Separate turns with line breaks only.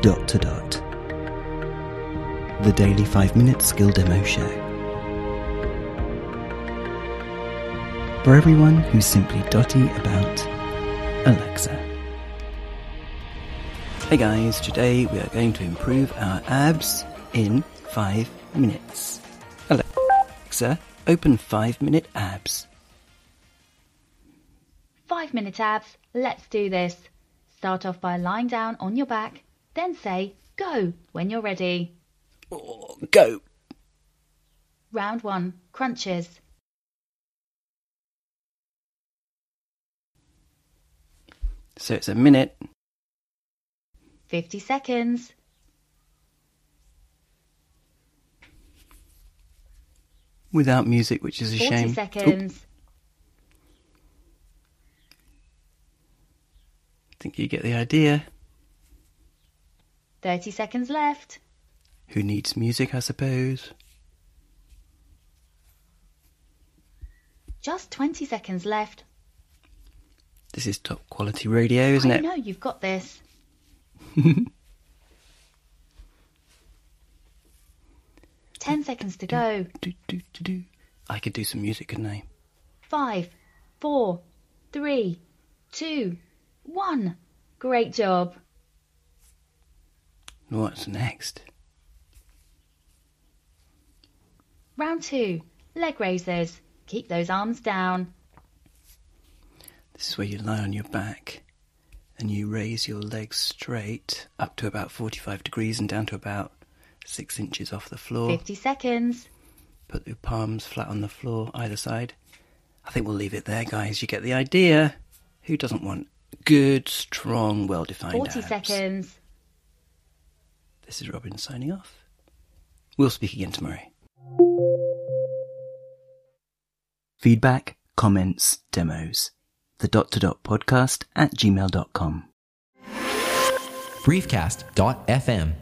dot to dot. The Daily 5 Minute Skill Demo Show. For everyone who's simply dotty about Alexa. Hey guys, today we are going to improve our abs in 5 minutes. Alexa, open 5 minute abs.
Five minute abs, let's do this. Start off by lying down on your back, then say go when you're ready.
Oh, Go!
Round one, crunches.
So it's a minute,
50 seconds,
without music, which is a
40
shame. Oop,
seconds,
I think you get the idea.
30 seconds left,
Who needs music, I suppose?
just 20 seconds left.
This is top quality radio, isn't
I
it?
know you've got this. Ten seconds to go.
Do, do, do, do. I could do some music, couldn't I?
Five, four, three, two, one. Great job.
What's next?
Round two, leg raises. Keep those arms down.
This is where you lie on your back and you raise your legs straight up to about 45 degrees and down to about 6 inches off the floor.
50 seconds.
Put your palms flat on the floor, either side. I think we'll leave it there, guys. You get the idea. Who doesn't want good, strong, well defined
40
abs?
seconds.
This is Robin signing off. We'll speak again tomorrow. Feedback, comments, demos. The dot to dot podcast at gmail.com.
briefcast.fm